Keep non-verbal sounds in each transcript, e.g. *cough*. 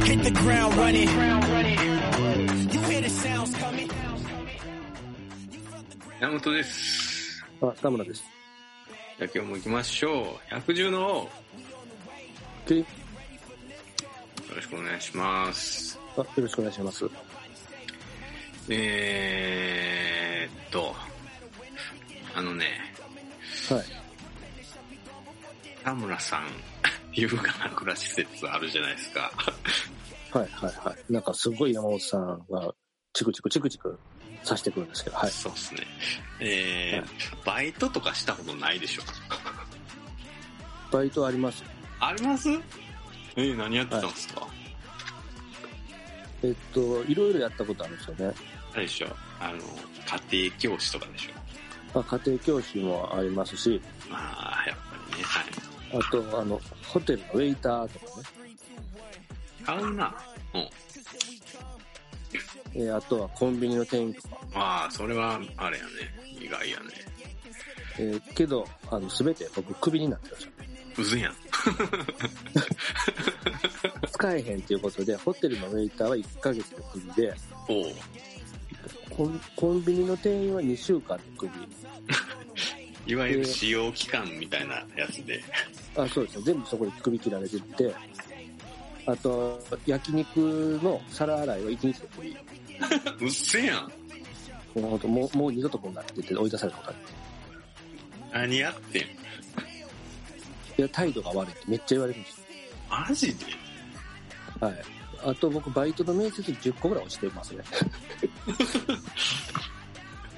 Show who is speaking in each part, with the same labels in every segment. Speaker 1: ground running. You hear the sounds coming.
Speaker 2: 山本です。
Speaker 3: あ、田村です。
Speaker 2: じゃあ今日も行きましょう。百獣の王。よ
Speaker 3: OK?
Speaker 2: ろしくお願いします。
Speaker 3: あ、よろしくお願いします。
Speaker 2: えーっと、あのね、
Speaker 3: はい。
Speaker 2: 田村さん、 *laughs* 優雅な暮らし説あるじゃないですか。
Speaker 3: はい、はい、はい。なんかすごい山本さんが、チクチクチクチク刺してくるんですけど、はい。
Speaker 2: そうっすね。えー、バイトとかしたことないでしょ。
Speaker 3: バイトあります。
Speaker 2: ありますえー、何やってたんですか、
Speaker 3: えっと、いろいろやったことあるんですよね。
Speaker 2: あれでしょあの、家庭教師とかでしょ
Speaker 3: まあ、家庭教師もありますし、
Speaker 2: まあ、やっぱりね、はい。
Speaker 3: あと、あの、ホテルのウェイターとかね。
Speaker 2: 買うな。うん。
Speaker 3: えーあとはコンビニの店員とか。
Speaker 2: ああ、それは、あれやね。意外やね。
Speaker 3: えーけど、あの、すべて僕、クビになってました。
Speaker 2: うずやん。
Speaker 3: 使えへんということで、ホテルのウェイターは1ヶ月でクビで、
Speaker 2: おう。
Speaker 3: コンコンビニの店員は2週間でクビ。
Speaker 2: いわゆる使用期間みたいなやつで。
Speaker 3: あ、そうですね。全部そこで首切られてて、あと、焼肉の皿洗いは1日で首。
Speaker 2: うっせやん。
Speaker 3: もうほんともう、もう二度とこんなって言って追い出されたことある。
Speaker 2: 何やってん
Speaker 3: いや、態度が悪いってめっちゃ言われるんです
Speaker 2: マジで
Speaker 3: よ。はい。あと僕、バイトの面接10個ぐらい落ちてますね。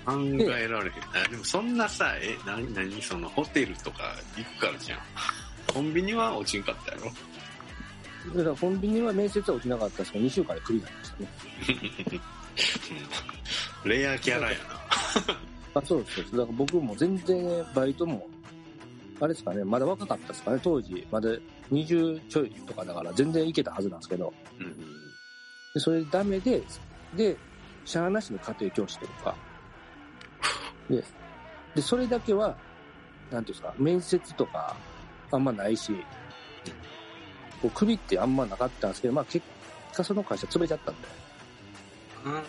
Speaker 2: 考えられへん。あ、でもそんなさ、え、なになにそのホテルとか行くからじゃん。コンビニは落ちんかったやろ
Speaker 3: だからコンビニは面接は落ちなかったんですけど、2週間で首になりましたね。
Speaker 2: うんレアキャラや
Speaker 3: あ、そうですそうです。だから僕も全然バイトも、あれですかね、まだ若かったですかね、当時。まだ20ちょいとかだから全然いけたはずなんですけど。
Speaker 2: な。うん。
Speaker 3: で、それダメで、で、しゃーなしの家庭教師というか、で、で、それだけは、なんていうんですか、面接とかあんまないし、こう首ってあんまなかったんですけど、まあ結果その会社潰れちゃったんで、
Speaker 2: あ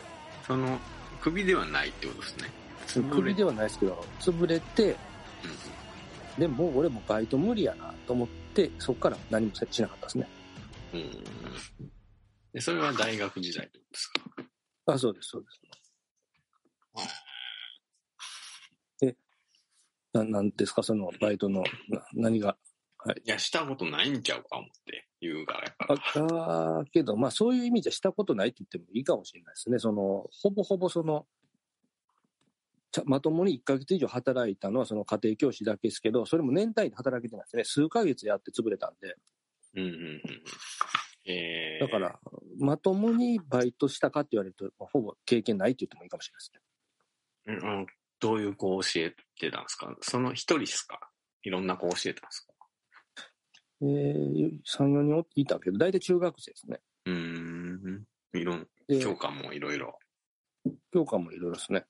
Speaker 2: その、首ではないってことですね。
Speaker 3: 首ではないですけど、潰れて、でもう俺もバイト無理やなと思って、そこから何もしなかったですね。
Speaker 2: うん。うん。で、それは大学時代ってことですか
Speaker 3: あ、そうです、そうです。え、ななんですか、そのバイトの、な何が。
Speaker 2: いや、したことないんちゃうか思って、言うからやから
Speaker 3: ああーけど、まあそういう意味じゃしたことないって言ってもいいかもしれないですね。その、ほぼほぼその、ちゃまともに1ヶ月以上働いたのはその家庭教師だけですけど、それも年単位で働けてないですね。数ヶ月やって潰れたんで。
Speaker 2: うんうんうん。えー、
Speaker 3: だか。ら、まともにバイトしたかって言われると、まあほぼ経験ないって言ってもいいかもしれないです
Speaker 2: う
Speaker 3: ね。
Speaker 2: んあの、どういう子を教えてたんですかその一人ですかいろんな子を教えたんですか
Speaker 3: えー、3、4人おいたけど、大体中学生ですね。
Speaker 2: うーん。いろん、
Speaker 3: で
Speaker 2: 教科もいろいろ。
Speaker 3: 教科もいろいろですね。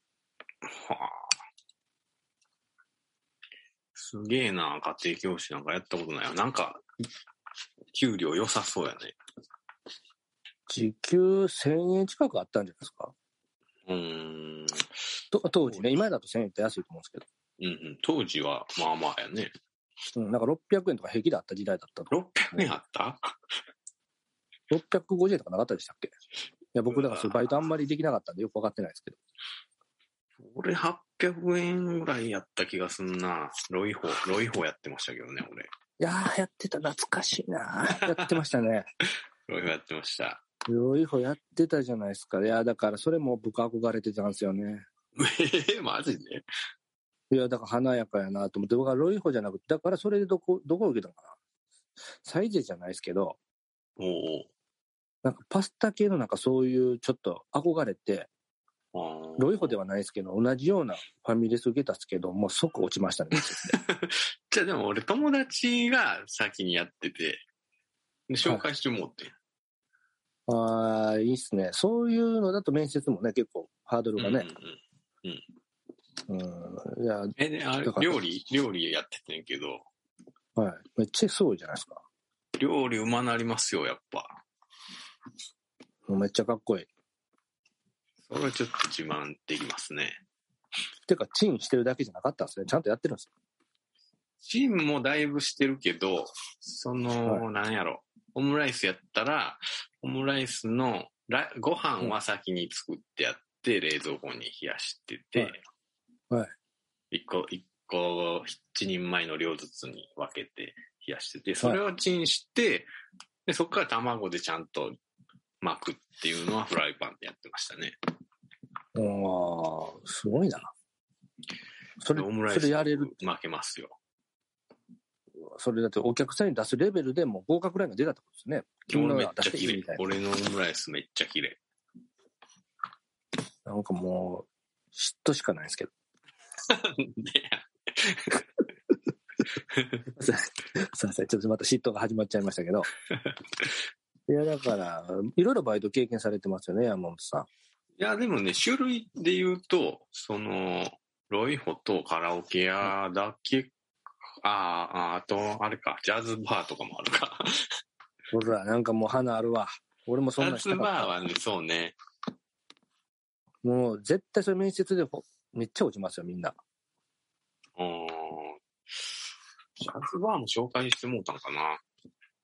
Speaker 2: はあ。すげえな、家庭教師なんかやったことないよ。なんか、給料良さそうやね。
Speaker 3: 時給1000円近くあったんじゃないですか。
Speaker 2: うーん。
Speaker 3: と当時ね、今だと1000円って安いと思うんです
Speaker 2: うんうん。当時は、まあまあやね。
Speaker 3: けど、うん、なんか600円とか平気であった時代だったと。
Speaker 2: 600円あった
Speaker 3: 650円とかなかったでしたっけいや、僕だからそういうバイトあんまりできなかったんでよくわかってないですけど。
Speaker 2: 俺800円ぐらいやった気がすんな。ロイホ、ロイホやってましたけどね、
Speaker 3: いやー、やってた懐かしいなーやってましたね。 *laughs*
Speaker 2: 俺。ロイホやってました。
Speaker 3: ロイホやってたじゃないですか。いやー、だからそれも僕憧れてたんですよね。
Speaker 2: *laughs* えー、マジで
Speaker 3: いや、だから華やかやなと思って、僕はロイホじゃなくて、だからそれでどこ、どこを受けたのかなサイゼじゃないですけど、
Speaker 2: おう
Speaker 3: なんかパスタ系のなんかそういうちょっと憧れて、
Speaker 2: おう。あー
Speaker 3: ロイホではないですけど、同じようなファミレス受けたんですけど、もう即落ちましたね。
Speaker 2: じゃあでも俺友達が先にやってて、で紹介してもうって。
Speaker 3: ああ、いいっすね。そういうのだと面接もね、結構ハードルが
Speaker 2: うんうんう
Speaker 3: ね。
Speaker 2: ん
Speaker 3: うん。いや、
Speaker 2: え、で、あれ
Speaker 3: だから
Speaker 2: 料理、料理やっててんけど、
Speaker 3: はい。めっちゃそうじゃないですか。
Speaker 2: 料理うまなりますよ、やっぱ。
Speaker 3: めっちゃかっこいい。
Speaker 2: それはちょっと自慢できますね。
Speaker 3: てか、チンしてるだけじゃなかったんですね。ちゃんとやってるんですよ。
Speaker 2: チンもだいぶしてるけど、その、
Speaker 3: は
Speaker 2: なんやろ、オムライスやったら、オムライスのラご飯は先に作ってやって、冷蔵庫に冷やしてて、
Speaker 3: はいはい
Speaker 2: 一個、一個、一人前の量ずつに分けて冷やしてて、それをチンして、でそこから卵でちゃんと巻くっていうのはフライパンでやってましたね。
Speaker 3: ああ、すごいな。それ、
Speaker 2: オムライ
Speaker 3: そ
Speaker 2: ス
Speaker 3: れやれる。
Speaker 2: 負けますよ。
Speaker 3: それだってお客さんに出すレベルでもう合格ラインが出たってことですね。
Speaker 2: 俺めっちゃ
Speaker 3: 出して
Speaker 2: 綺
Speaker 3: いいみ
Speaker 2: 麗
Speaker 3: たい。な。
Speaker 2: 俺のオムライスめっちゃ綺
Speaker 3: *laughs*
Speaker 2: 麗。
Speaker 3: なんかもう、嫉妬しかないですけど。すいませんすいません。ちょっとまた嫉妬が始まっちゃいましたけど。いや、だから、いろいろバイト経験されてますよね、山本さ
Speaker 2: いや、でもね、種類で言うと、その、ロイホとカラオケ屋だけ、ああ、あと、あれか、ジャズバーとかもあるか。
Speaker 3: ん。ほら、なんかもう花あるわ。俺も
Speaker 2: ジ
Speaker 3: そんな
Speaker 2: ャ
Speaker 3: んし
Speaker 2: ズ
Speaker 3: たかっ
Speaker 2: バーはね、そうね。
Speaker 3: た。もう絶対それ面接でほめっちゃ落ちますよ、みんな。
Speaker 2: うーんジャズバーも紹介してもうたんかな。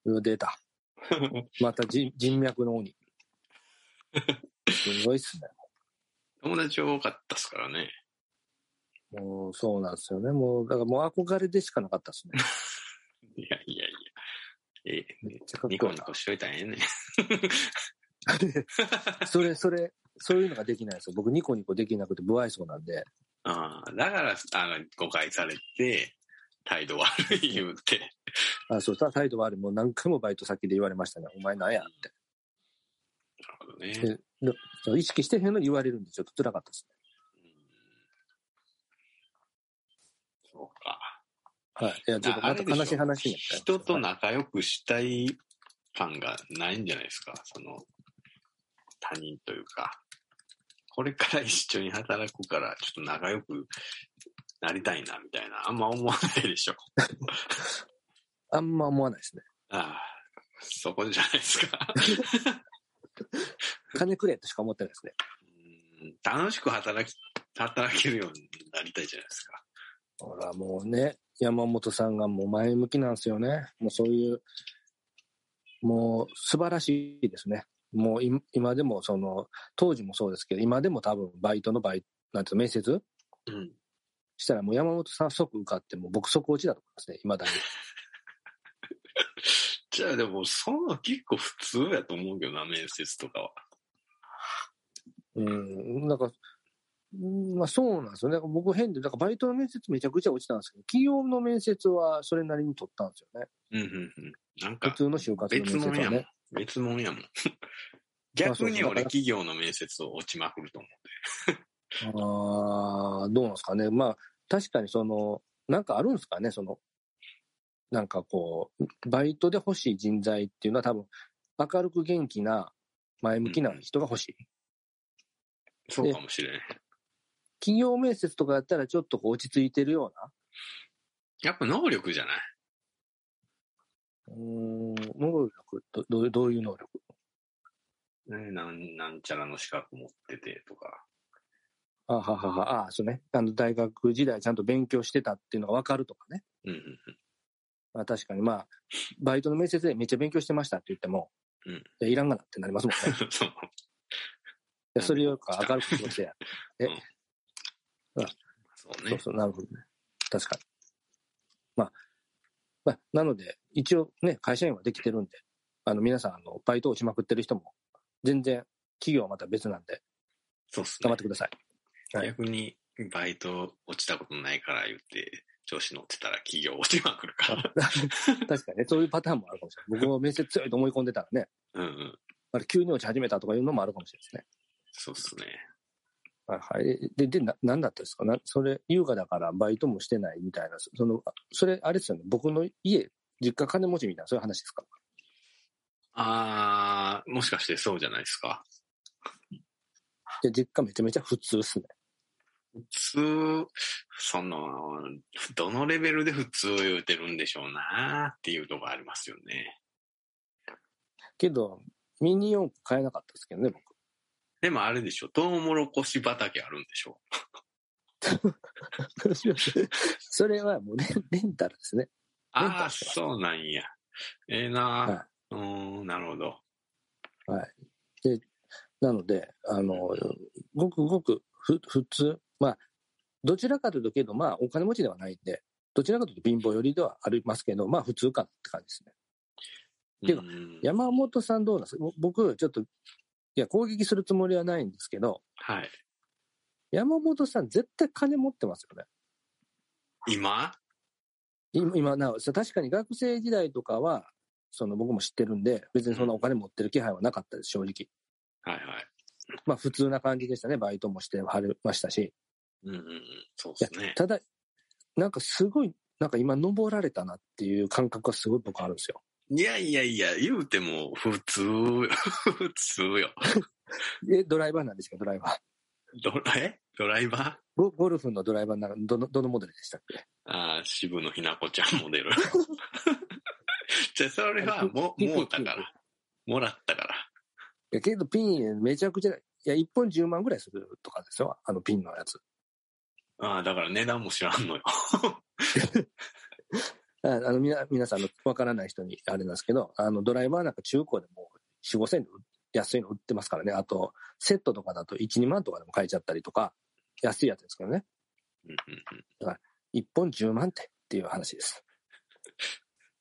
Speaker 3: うわ出た。また
Speaker 2: *laughs*
Speaker 3: 人人脈の鬼。すごいっすね。
Speaker 2: 友達多かったっすからね。
Speaker 3: もうそうなんですよね。もう、だからもう憧れでしかなかったっすね。
Speaker 2: いやいやいや。え
Speaker 3: めっちゃかっ
Speaker 2: ニ
Speaker 3: こ
Speaker 2: コ
Speaker 3: いい
Speaker 2: ニコしといたらええね。
Speaker 3: な。それ、それ、そういうのができないんですよ。僕ニコニコできなくて不愛想なんで。
Speaker 2: ああ、だから、あの、誤解されて、態度悪い言うて。
Speaker 3: あ、そう、ただ態度悪い。もう何回もバイト先で言われましたね。お前なんやって。
Speaker 2: なるほどね。
Speaker 3: 意識してへんのに言われるんで、ちょっと辛かったです
Speaker 2: うんそうか。
Speaker 3: ね。はい。いや、ちょっとまた悲しい話になった
Speaker 2: 人と仲良くしたい感がないんじゃないですか。その、他人というか。これから一緒に働くから、ちょっと仲良くなりたいな、みたいな。あんま思わないでしょ。
Speaker 3: あんま思わないですね。
Speaker 2: ああ、そこじゃないですか。
Speaker 3: 金くれとしか思ってないですね。
Speaker 2: うん楽しく働き、働けるようになりたいじゃないですか。
Speaker 3: ほら、もうね、山本さんがもう前向きなんですよね。もうそういう、もう素晴らしいですね。もう今今でもその、当時もそうですけど、今でも多分バイトのバイト、なんていうの面接
Speaker 2: うん。
Speaker 3: したらもう山本さん即受かって、もう僕即落ちだと思いますね、未だに。
Speaker 2: じゃあでも、そんな結構普通やと思うけどな、面接とかは。
Speaker 3: *laughs* うん、なんか、うんまあそうなんですよね。僕変で、だからバイトの面接めちゃくちゃ落ちたんですけど、企業の面接はそれなりに取ったんですよね。
Speaker 2: うんうんうん。なん
Speaker 3: 普
Speaker 2: か、
Speaker 3: 通の就活の面
Speaker 2: 別
Speaker 3: 接
Speaker 2: もんや
Speaker 3: は
Speaker 2: もん
Speaker 3: ね。。
Speaker 2: 別もん
Speaker 3: *laughs*
Speaker 2: やもん。
Speaker 3: あそうそう
Speaker 2: 逆に
Speaker 3: だから
Speaker 2: 俺、企業の面接を落ちまくると思
Speaker 3: ああーどうなんですかね。まあ確かにその、なんかあるんですかね、その、なんかこう、バイトで欲しい人材っていうのは多分、明るく元気な、前向きな人が欲しい。
Speaker 2: う。そうかもしれない。
Speaker 3: 企業面接とかやったらちょっとこう落ち着いてるような、
Speaker 2: やっぱ能力じゃない
Speaker 3: うん、能力どどう、どういう能力
Speaker 2: ねなんなんちゃらの資格持っててとか。
Speaker 3: あはははあ、そうね。あの、大学時代ちゃんと勉強してたっていうのが分かるとかね。
Speaker 2: うんうん *laughs*
Speaker 3: まあ、確かに、まあ、バイトの面接でめっちゃ勉強してましたって言っても、
Speaker 2: うん
Speaker 3: いや、いらんがなってなりますもんね。
Speaker 2: *laughs*
Speaker 3: い
Speaker 2: うん。そう。
Speaker 3: や、それよりか明るく過ごせや。
Speaker 2: *laughs* そう
Speaker 3: そう
Speaker 2: ね。
Speaker 3: そう、なるほどね。確かに。まあ、まあ、なので、一応ね、会社員はできてるんで、あの、皆さん、あの、バイト落ちまくってる人も、全然、企業はまた別なんで、
Speaker 2: そうっす
Speaker 3: 頑
Speaker 2: ね
Speaker 3: 張って。ください。はい
Speaker 2: 逆に、バイト落ちたことないから言って、調子乗ってたら企業落ちまくるから。
Speaker 3: *laughs* 確かにね、そういうパターンもあるかもしれない。僕も面接強いと思い込んでたらね、
Speaker 2: うんうん。
Speaker 3: あれ急に落ち始めたとかいうのもあるかもしれないですね。
Speaker 2: そうっすね。
Speaker 3: はいはい。で、で、な、なんだったんですかな、それ、優雅だからバイトもしてないみたいな、そその、あそれ、あれですよね、僕の家、実家金持ちみたいな、そういう話ですか
Speaker 2: あー、もしかしてそうじゃないですか。
Speaker 3: で、実家めちゃめちゃ普通ですね。
Speaker 2: 普通、その、どのレベルで普通を言うてるんでしょうなっていうとこありますよね。
Speaker 3: けど、ミニ四駆買えなかったですけどね、僕。 *laughs*
Speaker 2: でもあれでしょ、トウモロコシ畑あるんでしょ。
Speaker 3: それはもうレンレンタルですね。レンタ
Speaker 2: ああ、
Speaker 3: ルしてます
Speaker 2: そうなんや。ええな
Speaker 3: は
Speaker 2: ー、うーん、なるほど。
Speaker 3: なので、あの、ごくごくふ普通、まあ、どちらかというとけど、まあ、お金持ちではないんで、どちらかというと貧乏寄りではありますけど、まあ、普通かって感じですね。ていうか
Speaker 2: ん
Speaker 3: 山本さんどうなんですかぼ僕、ちょっと、いや、攻撃するつもりはないんですけど、
Speaker 2: はい。
Speaker 3: 山本さん絶対金持ってますよね。
Speaker 2: 今
Speaker 3: 今、今なお、そう確かに学生時代とかは、その僕も知ってるんで、別にそんなお金持ってる気配はなかったです、正直。
Speaker 2: はいはい。
Speaker 3: まあ普通な感じでしたね、バイトもしてはりましたし。
Speaker 2: うんうんうん、そうですね。
Speaker 3: ただ、なんかすごい、なんか今登られたなっていう感覚がすごい僕あるんですよ。
Speaker 2: いやいやいや、言うても普通 *laughs* よ、普通よ。
Speaker 3: え、ドライバーなんですけど、ドライバー。
Speaker 2: ドラえドライバー
Speaker 3: ゴゴルフのドライバーならどの、どのモデルでしたっけ
Speaker 2: ああ、渋野日向子ちゃんモデ
Speaker 3: *laughs*
Speaker 2: ル。じゃあ、それはも、
Speaker 3: ピンク
Speaker 2: もうだから。もらったから。
Speaker 3: いや、けどピンめちゃくちゃ、いや、1本10万ぐらいするとかですよ、あのピンのやつ。
Speaker 2: ああ、だから値段も知らんのよ。
Speaker 3: ああの、みな、皆さんのわからない人にあれなんですけど、あの、ドライバーなんか中古でも4、5千円で安いの売ってますからね。あと、セットとかだと1、2万とかでも買えちゃったりとか、安いやつですけどね。
Speaker 2: うんうん
Speaker 3: 1本10万ってっていう話です。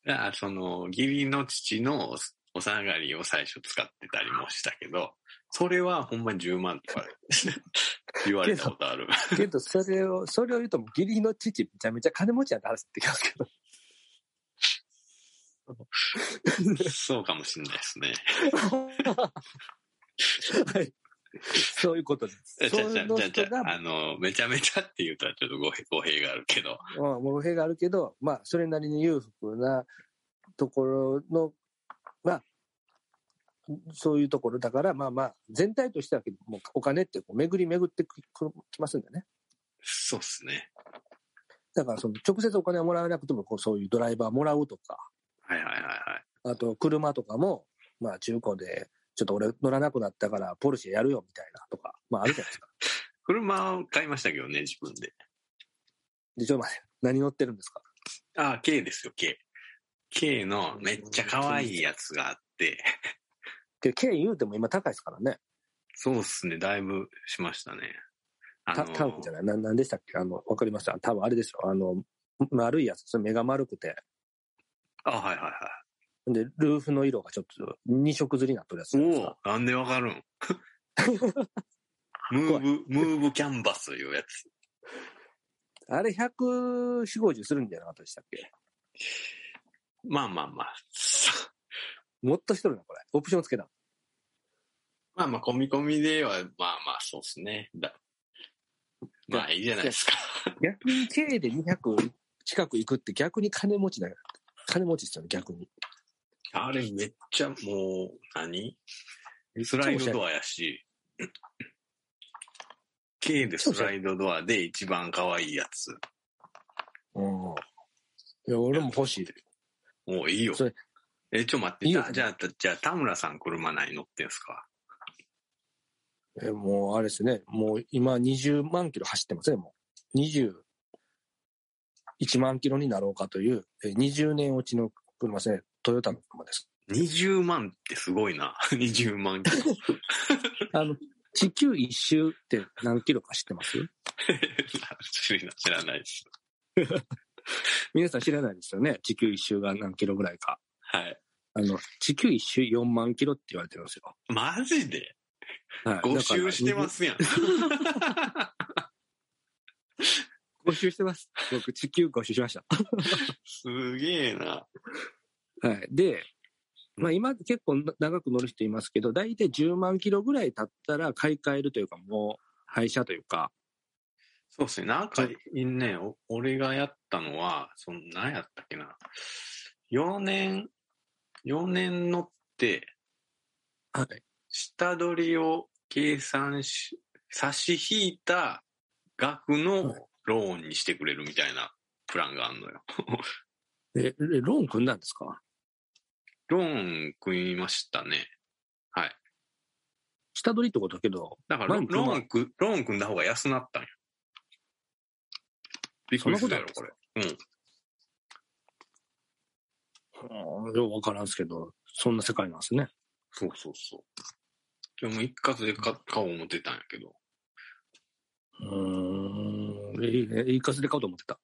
Speaker 2: うんああ、その、義理の父のお下がりを最初使ってたりもしたけど、それはほんまに10万と
Speaker 3: *laughs*
Speaker 2: か言われたことある。
Speaker 3: けど、それを、 *laughs* それを言うともう義理の父めちゃめちゃ金持ちやって話になってきますけど。
Speaker 2: そうかもしんないですね。 *laughs*
Speaker 3: はい。そういうことです
Speaker 2: じゃ。あ、
Speaker 3: そ
Speaker 2: じゃあ、じゃ
Speaker 3: の
Speaker 2: あじゃ
Speaker 3: 人が
Speaker 2: あ、、あの、めちゃめちゃって言うとはちょっと語弊語弊があるけど、
Speaker 3: まあ、語弊があるけど、まあ、それなりに裕福なところの、まあ、そういうところだから、まあまあ、全体としてはもうお金ってこう巡り巡ってくくきますんでね。
Speaker 2: そうっすね。
Speaker 3: だから、その直接お金をもらわなくても、こうそういうドライバーもらうとか、
Speaker 2: はいはいはいはい。
Speaker 3: あと車とかも、まあ中古で、ちょっと俺乗らなくなったから、ポルシェやるよみたいなとか、まああるじゃないですか。
Speaker 2: 車を買いましたけどね、自分で。
Speaker 3: で、ちょっと待って、何乗ってるんですか
Speaker 2: ああ、K ですよ、K。K のめっちゃ可愛いやつがあって、
Speaker 3: けど、軽言うても今高いですからね。
Speaker 2: そうっすね、だいぶしましたね。あ
Speaker 3: た
Speaker 2: の、
Speaker 3: タンクじゃないな、なんでしたっけあの、わかりました。多分あれですよ。あの、丸いやつですよ。目が丸くて。
Speaker 2: あ、はいは
Speaker 3: で、ルーフの色がちょっと2色ずりになってるやつ
Speaker 2: い
Speaker 3: な
Speaker 2: は
Speaker 3: ん
Speaker 2: い
Speaker 3: です。か。
Speaker 2: おお、なんでわか *laughs* るんムーブ、ムーブキャンバスというやつ。
Speaker 3: あれ140、50するんじゃなかったでしたっけ
Speaker 2: まあまあまあ。さ
Speaker 3: もっとしとるな、これ。オプションつけた。
Speaker 2: まあまあ、込み込みでは、まあまあ、そうっすね。だまあ、いいじゃないですか。
Speaker 3: 逆に K で200近く行くって逆に金持ちだよ。金持ちですよね、逆に。
Speaker 2: あれめっちゃもう何、スライドドアやし、K でスライドドアで一番可愛いやつ。
Speaker 3: うん。いや、俺も欲しい。
Speaker 2: もういいよ
Speaker 3: それ。
Speaker 2: え、ちょ、待って、
Speaker 3: いい
Speaker 2: じ
Speaker 3: よ
Speaker 2: ゃあ、じゃあ、じゃあ、田村さん車何乗ってんすか
Speaker 3: え、もうあれですね。もう今20万キロ走ってますね、もう。21万キロになろうかという、え20年落ちの車ですね。トヨタの車です。
Speaker 2: ?20 万ってすごいな。20万 *laughs* キロ。
Speaker 3: あの、地球一周って何キロか知ってます
Speaker 2: 知らないです。
Speaker 3: 皆さん知らないですよね。地球一周が何キロぐらいか。
Speaker 2: はい。
Speaker 3: あの、地球一周4万キロって言われてるんですよ。
Speaker 2: マジで
Speaker 3: はい
Speaker 2: 5周してま。すやん。
Speaker 3: 5周してます。僕、地球5周しました。
Speaker 2: すげえな。
Speaker 3: はい。で、まあ今結構な長く乗る人いますけど、大体10万キロぐらい経ったら買い替えるというか、もう廃車というか、
Speaker 2: そうですね。なんか、ね、お俺がやったのは、その、何やったっけな。4年、4年乗って、
Speaker 3: はい。
Speaker 2: 下取りを計算し、差し引いた額のローンにしてくれるみたいなプランがあるのよ。
Speaker 3: え、えローン組んだんですか
Speaker 2: ローン組みましたね。
Speaker 3: 下取りってことだけど、
Speaker 2: だからロ
Speaker 3: 前に
Speaker 2: ロー
Speaker 3: 車
Speaker 2: ンく、ローン組んだ方が安なったんよ。びっくりするやろ、
Speaker 3: そ
Speaker 2: こ
Speaker 3: ん
Speaker 2: れ。うん。
Speaker 3: うんよう分からんすけど、そんな世界なんですね。
Speaker 2: そうそうそう。でも一括で買買おう思ってたんやけど。
Speaker 3: うーん、いいね。いいかで買おうと思ってた。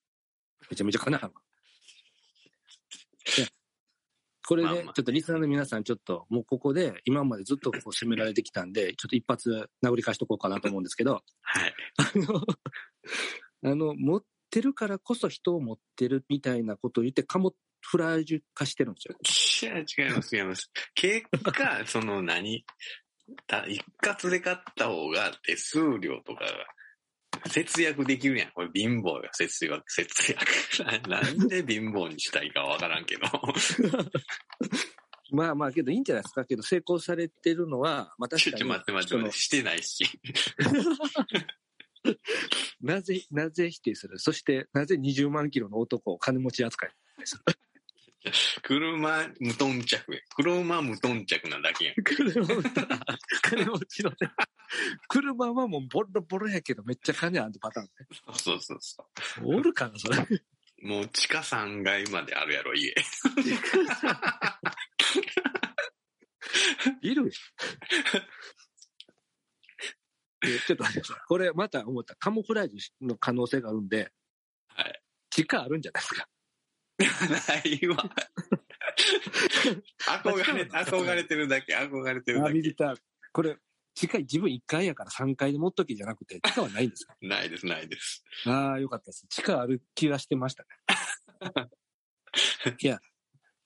Speaker 3: めちゃめちゃ金払う。いやこれね、
Speaker 2: まあまあ
Speaker 3: ちょっとリスナーの皆さん、ちょっともうここで、今までずっとこう攻められてきたんで、ちょっと一発殴り返しとこうかなと思うんですけど、
Speaker 2: はい。
Speaker 3: あの、あの持ってるからこそ人を持ってるみたいなことを言って、カモフラージュ化してるんですよ。
Speaker 2: いや、違います、違います。結果、その何た一括で買った方が手数料とかが節約できるやん。これ貧乏よ、節約、節約。ななんで貧乏にしたいかわからんけど。
Speaker 3: まあまあ、けどいいんじゃないですか。けど成功されてるのは、まあ
Speaker 2: ち
Speaker 3: 確
Speaker 2: ょ
Speaker 3: か
Speaker 2: っ
Speaker 3: に
Speaker 2: と待って待って待っ
Speaker 3: 人の
Speaker 2: て、してないし。
Speaker 3: なぜ、なぜ否定するそして、なぜ20万キロの男を金持ち扱い
Speaker 2: 車無頓着や。車無頓着なだけやん。
Speaker 3: 車を *laughs* 金持ちのね。車はもうボロボロやけどめっちゃ金あるパターンね。
Speaker 2: そうそうそ
Speaker 3: おるかな、それ。
Speaker 2: う。もう地下3階まであるやろ、家。
Speaker 3: いる *laughs* でちょっと待ってください。これまた思った。カモフラージュの可能性があるんで。
Speaker 2: はい。
Speaker 3: 時間あるんじゃないですか。
Speaker 2: ないわ。憧れ、憧れてるだけ、憧れてる
Speaker 3: あ
Speaker 2: だけ。
Speaker 3: ビター。これ、次回自分1回やから3回で持っとけじゃなくて、地下はないんですか
Speaker 2: ないです、ないです。
Speaker 3: ああ、よかったです。地下ある気はしてましたね。いや、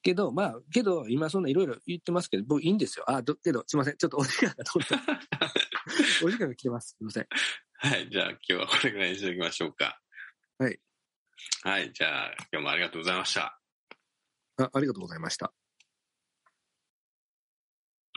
Speaker 3: けど、まあ、けど、今そんないろいろ言ってますけど、僕いいんですよ。あ、ど、けど、すいません。ちょっとお時間が通った。お時間が来てます。すいません。
Speaker 2: はい、じゃあ今日はこれぐらいにしておきましょうか。
Speaker 3: はい。
Speaker 2: はい、じゃあ今日もありがとうございました。
Speaker 3: あありがとうございました。